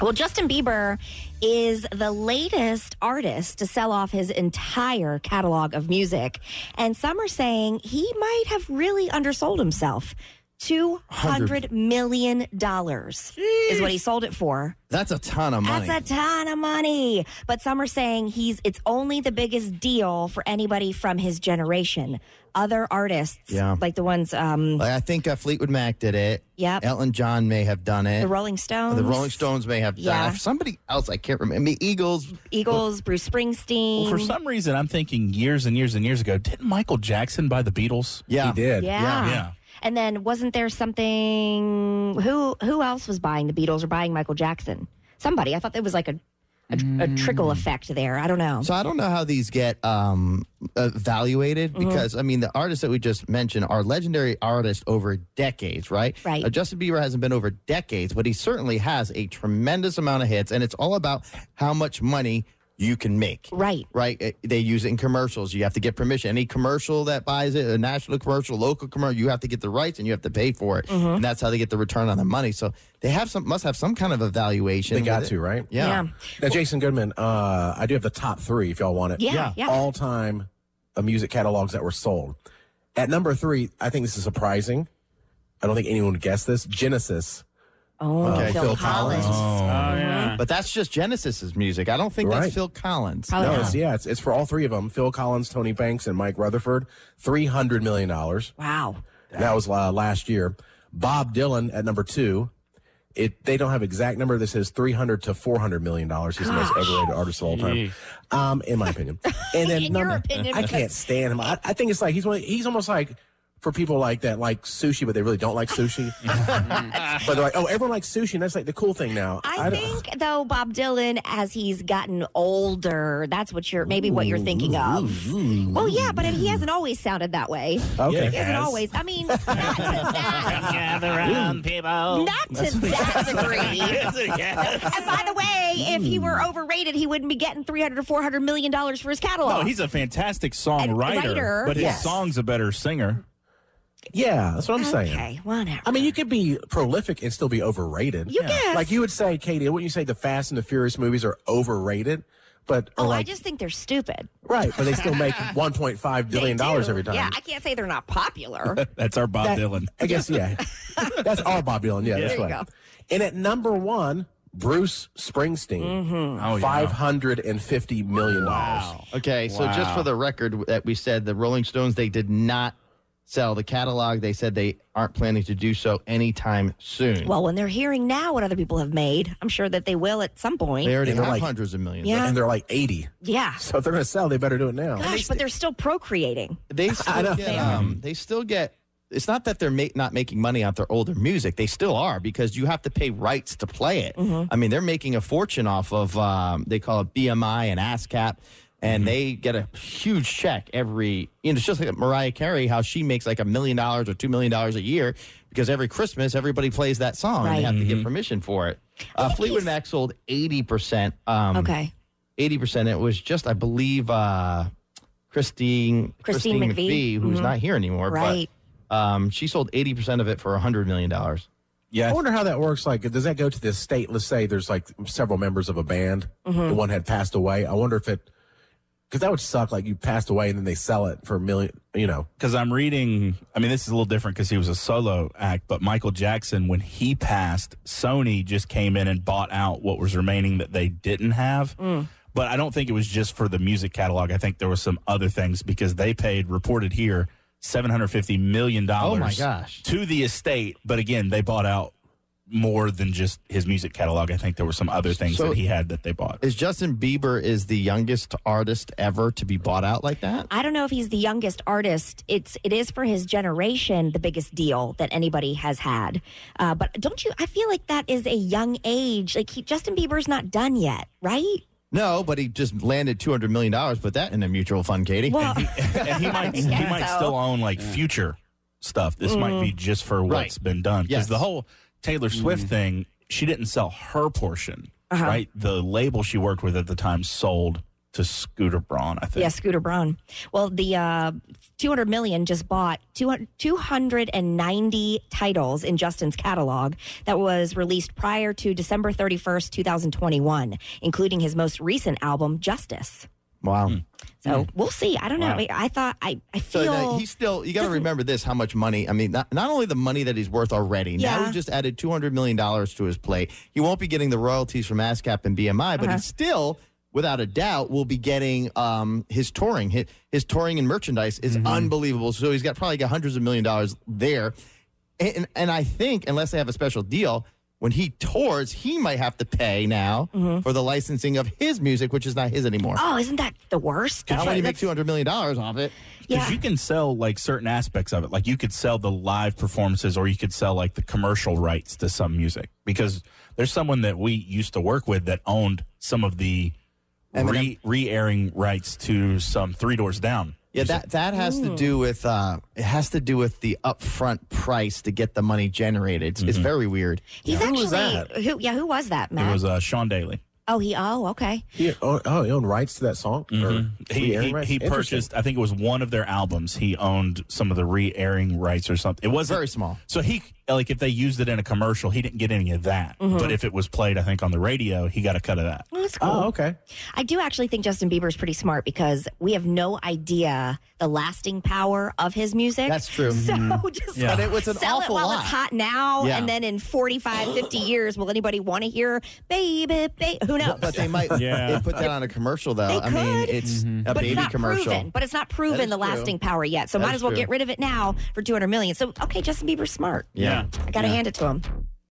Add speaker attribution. Speaker 1: Well, Justin Bieber is the latest artist to sell off his entire catalog of music. And some are saying he might have really undersold himself. $200 million dollars is what he sold it for.
Speaker 2: That's a ton of money.
Speaker 1: That's a ton of money. But some are saying he's it's only the biggest deal for anybody from his generation. Other artists,
Speaker 2: Yeah.
Speaker 1: like the ones, um,
Speaker 2: like, I think uh, Fleetwood Mac did it.
Speaker 1: Yep.
Speaker 2: Elton John may have done it.
Speaker 1: the Rolling Stones,
Speaker 2: Uh, The Rolling Stones may have
Speaker 1: Yeah.
Speaker 2: done it. Somebody else, I can't remember. The Eagles.
Speaker 1: Eagles, Bruce Springsteen.
Speaker 3: Well, for some reason, I'm thinking years and years and years ago, didn't Michael Jackson buy the Beatles?
Speaker 2: Yeah.
Speaker 4: He did.
Speaker 1: yeah.
Speaker 3: Yeah.
Speaker 1: And then wasn't there something? Who who else was buying the Beatles or buying Michael Jackson? Somebody. I thought there was like a a, a trickle effect there. I don't know.
Speaker 2: So I don't know how these get um, evaluated
Speaker 1: Mm-hmm.
Speaker 2: because I mean the artists that we just mentioned are legendary artists over decades, right?
Speaker 1: Right.
Speaker 2: Uh, Justin Bieber hasn't been over decades, but he certainly has a tremendous amount of hits, and it's all about how much money you can make.
Speaker 1: right.
Speaker 2: Right, Uh, they use it in commercials. You have to get permission. Any commercial that buys it, a national commercial, local commercial, you have to get the rights and you have to pay for it, and that's how they get the return on the money. So they have some, must have some kind of evaluation.
Speaker 4: They got
Speaker 2: with it.
Speaker 4: to, right?
Speaker 2: yeah.
Speaker 4: Now, Jason Goodman, uh, I do have the top three if y'all want it.
Speaker 1: Yeah, Yeah. yeah.
Speaker 4: All time uh, music catalogs that were sold. At number three, I think this is surprising. I don't think anyone would guess this. Genesis.
Speaker 1: Oh,
Speaker 2: Okay.
Speaker 1: Phil,
Speaker 2: Phil
Speaker 1: Collins.
Speaker 2: But that's just Genesis's music. I don't think
Speaker 4: Right.
Speaker 2: that's Phil Collins.
Speaker 1: Probably
Speaker 4: No,
Speaker 1: not.
Speaker 4: it's, yeah, it's, it's for all three of them Phil Collins, Tony Banks, and Mike Rutherford. $300 million.
Speaker 1: Wow.
Speaker 4: That was uh, last year. Bob Dylan at number two. It they don't have exact number. This is three hundred to four hundred million dollars. He's the most overrated artist of all time, um, in my opinion. And
Speaker 1: In
Speaker 4: then
Speaker 1: your
Speaker 4: number,
Speaker 1: opinion,
Speaker 4: I
Speaker 1: because-
Speaker 4: can't stand him. I, I think it's like he's one, he's almost like for people like that like sushi, but they really don't like sushi. but they're like, oh, everyone likes sushi, and that's like the cool thing now.
Speaker 1: I,
Speaker 4: don't-
Speaker 1: think though Bob Dylan, as he's gotten older, that's what you're maybe what you're thinking of. well, yeah, but he hasn't always sounded that way.
Speaker 4: Okay.
Speaker 1: He hasn't
Speaker 3: Yes.
Speaker 1: always. I mean, not to that,
Speaker 3: Gather around, people.
Speaker 1: not to that degree. And by the way, if he
Speaker 4: Mm.
Speaker 1: were overrated, he wouldn't be getting three hundred to four hundred million dollars for his catalog.
Speaker 3: No, Oh, he's a fantastic songwriter,
Speaker 1: writer,
Speaker 3: but his
Speaker 1: yes.
Speaker 3: song's a better singer.
Speaker 4: yeah, that's what I'm saying.
Speaker 1: okay. Whatever.
Speaker 4: I mean, you could be prolific and still be overrated.
Speaker 1: You Yeah. guess.
Speaker 4: Like you would say, Katie, wouldn't you say the Fast and the Furious movies are overrated? But
Speaker 1: oh,
Speaker 4: like,
Speaker 1: I just think they're stupid.
Speaker 4: right, but they still make 1.5 billion
Speaker 1: They do.
Speaker 4: dollars every time.
Speaker 1: Yeah, I can't say they're not popular.
Speaker 3: That's our Bob
Speaker 4: That-
Speaker 3: Dylan.
Speaker 4: I guess yeah. that's our Bob Dylan. Yeah, that's
Speaker 1: There you
Speaker 4: right.
Speaker 1: go.
Speaker 4: And at number one, Bruce Springsteen,
Speaker 1: Mm-hmm.
Speaker 3: Oh,
Speaker 4: five hundred and fifty million dollars.
Speaker 2: Okay, so just
Speaker 3: Wow.
Speaker 2: for the record, that we said the Rolling Stones they did not sell the catalog. They said they aren't planning to do so anytime soon.
Speaker 1: well, when they're hearing now what other people have made, I'm sure that they will at some point.
Speaker 2: they already
Speaker 4: They were
Speaker 2: have
Speaker 4: like-
Speaker 2: hundreds of millions.
Speaker 1: Yeah.
Speaker 4: And they're like eighty.
Speaker 1: yeah.
Speaker 4: So if they're going to sell, they better do it now.
Speaker 1: Gosh, but they're still procreating.
Speaker 2: They still
Speaker 4: know.
Speaker 2: get. Um, they still get. It's not that they're ma- not making money off their older music. They still are because you have to pay rights to play it. I mean, they're making a fortune off of. Um, they call it BMI and ASCAP. And they get a huge check every, you know, it's just like Mariah Carey, how she makes like a million dollars or two million dollars a year because every Christmas everybody plays that song and
Speaker 1: Right.
Speaker 2: they have to get permission for it. Uh, Fleetwood
Speaker 1: he's-
Speaker 2: Mac sold 80%.
Speaker 4: Mm,
Speaker 2: Um,
Speaker 1: Okay.
Speaker 2: eighty percent. It was just, I believe, uh, Christine
Speaker 1: Christine McVie.
Speaker 2: who's
Speaker 1: Mhm.
Speaker 2: not here anymore.
Speaker 1: Right.
Speaker 2: But, um, she sold eighty percent of it for hundred million dollars.
Speaker 4: I
Speaker 3: Yeah.
Speaker 4: wonder how that works. Like, does that go to the state? Let's say there's like several members of a band.
Speaker 1: Mm-hmm.
Speaker 4: The one had passed away. I wonder if it, because that would suck. Like you passed away and then they sell it for a million. You know,
Speaker 3: Because I'm reading, I mean, this is a little different because he was a solo act, but Michael Jackson, when he passed, Sony just came in and bought out what was remaining that they didn't have. But I don't think it was just for the music catalog. I think there was some other things because they paid, reported here, $750 million
Speaker 2: Oh my gosh!
Speaker 3: to the estate. But again, they bought out more than just his music catalog. I think there were some other things
Speaker 2: So-
Speaker 3: that he had that they bought.
Speaker 2: Is Justin Bieber is the youngest artist ever to be bought out like that?
Speaker 1: I don't know if he's the youngest artist. It's it is for his generation the biggest deal that anybody has had. Uh, but don't you? I feel like that is a young age. Like he, Justin Bieber's not done yet, right?
Speaker 2: No, but he just landed two hundred million dollars. Put that in a mutual fund, Katie.
Speaker 1: Well,
Speaker 3: and he might he
Speaker 1: Yeah,
Speaker 3: might
Speaker 1: so- Mm.
Speaker 3: still own like future stuff. This might be just for
Speaker 2: Mm.
Speaker 3: what's
Speaker 2: Right.
Speaker 3: been done because
Speaker 2: Yes. Mm.
Speaker 3: the whole Taylor Swift thing, she didn't sell her portion,
Speaker 1: Uh-huh.
Speaker 3: right? The label she worked with at the time sold to Scooter Braun, I think.
Speaker 1: Yeah, Scooter Braun. Well, the uh, 200 million just bought 200, 290 titles in Justin's catalog that was released prior to December 31st, 2021, including his most recent album, Justice.
Speaker 2: Wow.
Speaker 1: So we'll see. I don't
Speaker 5: Wow.
Speaker 1: know. I thought, I, I
Speaker 2: So
Speaker 1: feel.
Speaker 2: now he's still. You got to
Speaker 1: doesn't-
Speaker 2: remember this: how much money? I mean, not, not only the money that he's worth already. Now
Speaker 1: Yeah.
Speaker 2: he just added two hundred million dollars to his plate. He won't be getting the royalties from ASCAP and BMI,
Speaker 1: Uh-huh.
Speaker 2: but he still, without a doubt, will be getting um, his touring. His, his touring and merchandise is unbelievable. So he's got probably got hundreds of million dollars there. And, and I think unless they have a special deal. When he tours, he might have to pay now for the licensing of his music, which is not his anymore.
Speaker 1: Mm-hmm. oh, isn't that the worst?
Speaker 2: How would he make
Speaker 1: That's-
Speaker 2: two hundred million dollars off it?
Speaker 1: Yeah.
Speaker 3: Because you can sell like certain aspects of it. Like you could sell the live performances or you could sell like the commercial rights to some music. Because there's someone that we used to work with that owned some of the re airing rights to some Three Doors Down.
Speaker 2: Yeah, that that has to do with uh, it has to do with the upfront price to get the money generated. It's, it's very weird.
Speaker 1: He's
Speaker 4: Mm-hmm. Who
Speaker 1: actually
Speaker 4: was that?
Speaker 1: who? Yeah, who was that,
Speaker 3: It
Speaker 1: Matt?
Speaker 3: was uh, Sean Daly.
Speaker 1: oh, he. Oh, okay.
Speaker 4: He, oh, oh, he owned rights to that song? Or
Speaker 3: Mm-hmm. He,
Speaker 4: re-airing
Speaker 3: he,
Speaker 4: rights?
Speaker 3: he
Speaker 4: Interesting.
Speaker 3: purchased, I think it was one of their albums. He owned some of the re airing rights or something. It wasn't
Speaker 2: Very small.
Speaker 3: So he like if they used it in a commercial, he didn't get any of that.
Speaker 4: Mm-hmm.
Speaker 3: But if it was played, I think on the radio, he got a cut of that.
Speaker 1: Well, that's cool.
Speaker 4: Oh, okay.
Speaker 1: I do actually think Justin Bieber is pretty smart because we have no idea the lasting power of his music.
Speaker 2: That's true.
Speaker 1: So just
Speaker 3: Yeah.
Speaker 1: like,
Speaker 2: But it was an
Speaker 1: sell
Speaker 2: awful
Speaker 1: it while
Speaker 2: lot.
Speaker 1: it's hot now,
Speaker 2: Yeah.
Speaker 1: and then in 45, 50 years, will anybody want to hear "Baby"? Ba-? Who knows?
Speaker 2: But they might
Speaker 5: Yeah.
Speaker 2: they put that on a commercial though.
Speaker 1: They
Speaker 2: I mean,
Speaker 1: could.
Speaker 2: it's
Speaker 4: Mm-hmm.
Speaker 2: a
Speaker 1: But
Speaker 2: baby
Speaker 1: it's not
Speaker 2: commercial.
Speaker 1: proven. But it's not
Speaker 2: That
Speaker 1: proven
Speaker 2: is
Speaker 1: the
Speaker 2: true.
Speaker 1: lasting power yet. So
Speaker 2: That
Speaker 1: might
Speaker 2: is
Speaker 1: as well
Speaker 2: true.
Speaker 1: get rid of it now for 200 million. So okay, Justin Bieber's smart.
Speaker 2: yeah.
Speaker 1: I got to hand it to him.